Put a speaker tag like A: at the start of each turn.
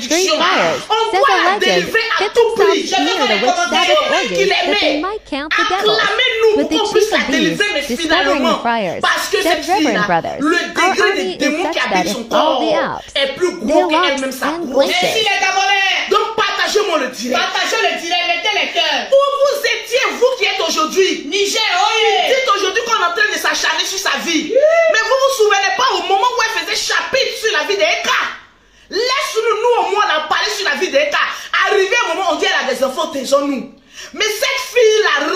A: three fires, says alleges, fit themselves near the witch Sabbath orgies that they might count the devil. With the chief of these, discovering the friars, said Reverend Brothers, our army is such that if all the Alps, their locks and blankets,
B: Eh, Donc partagez-moi le direct.
C: Partagez le direct, mettez les cœurs.
B: Où vous étiez, vous qui êtes aujourd'hui
C: Niger, oh,
B: Vous
C: oui.
B: dites aujourd'hui qu'on est en train de s'acharner sur sa vie. Mais vous vous souvenez pas au moment où elle faisait chapitre sur la vie d'Eka Laisse-nous, nous au moins, en parler sur la vie d'Eka. Arrivé un moment, on dit elle a des enfants, taisons-nous. Mais cette fille-là
C: Eh,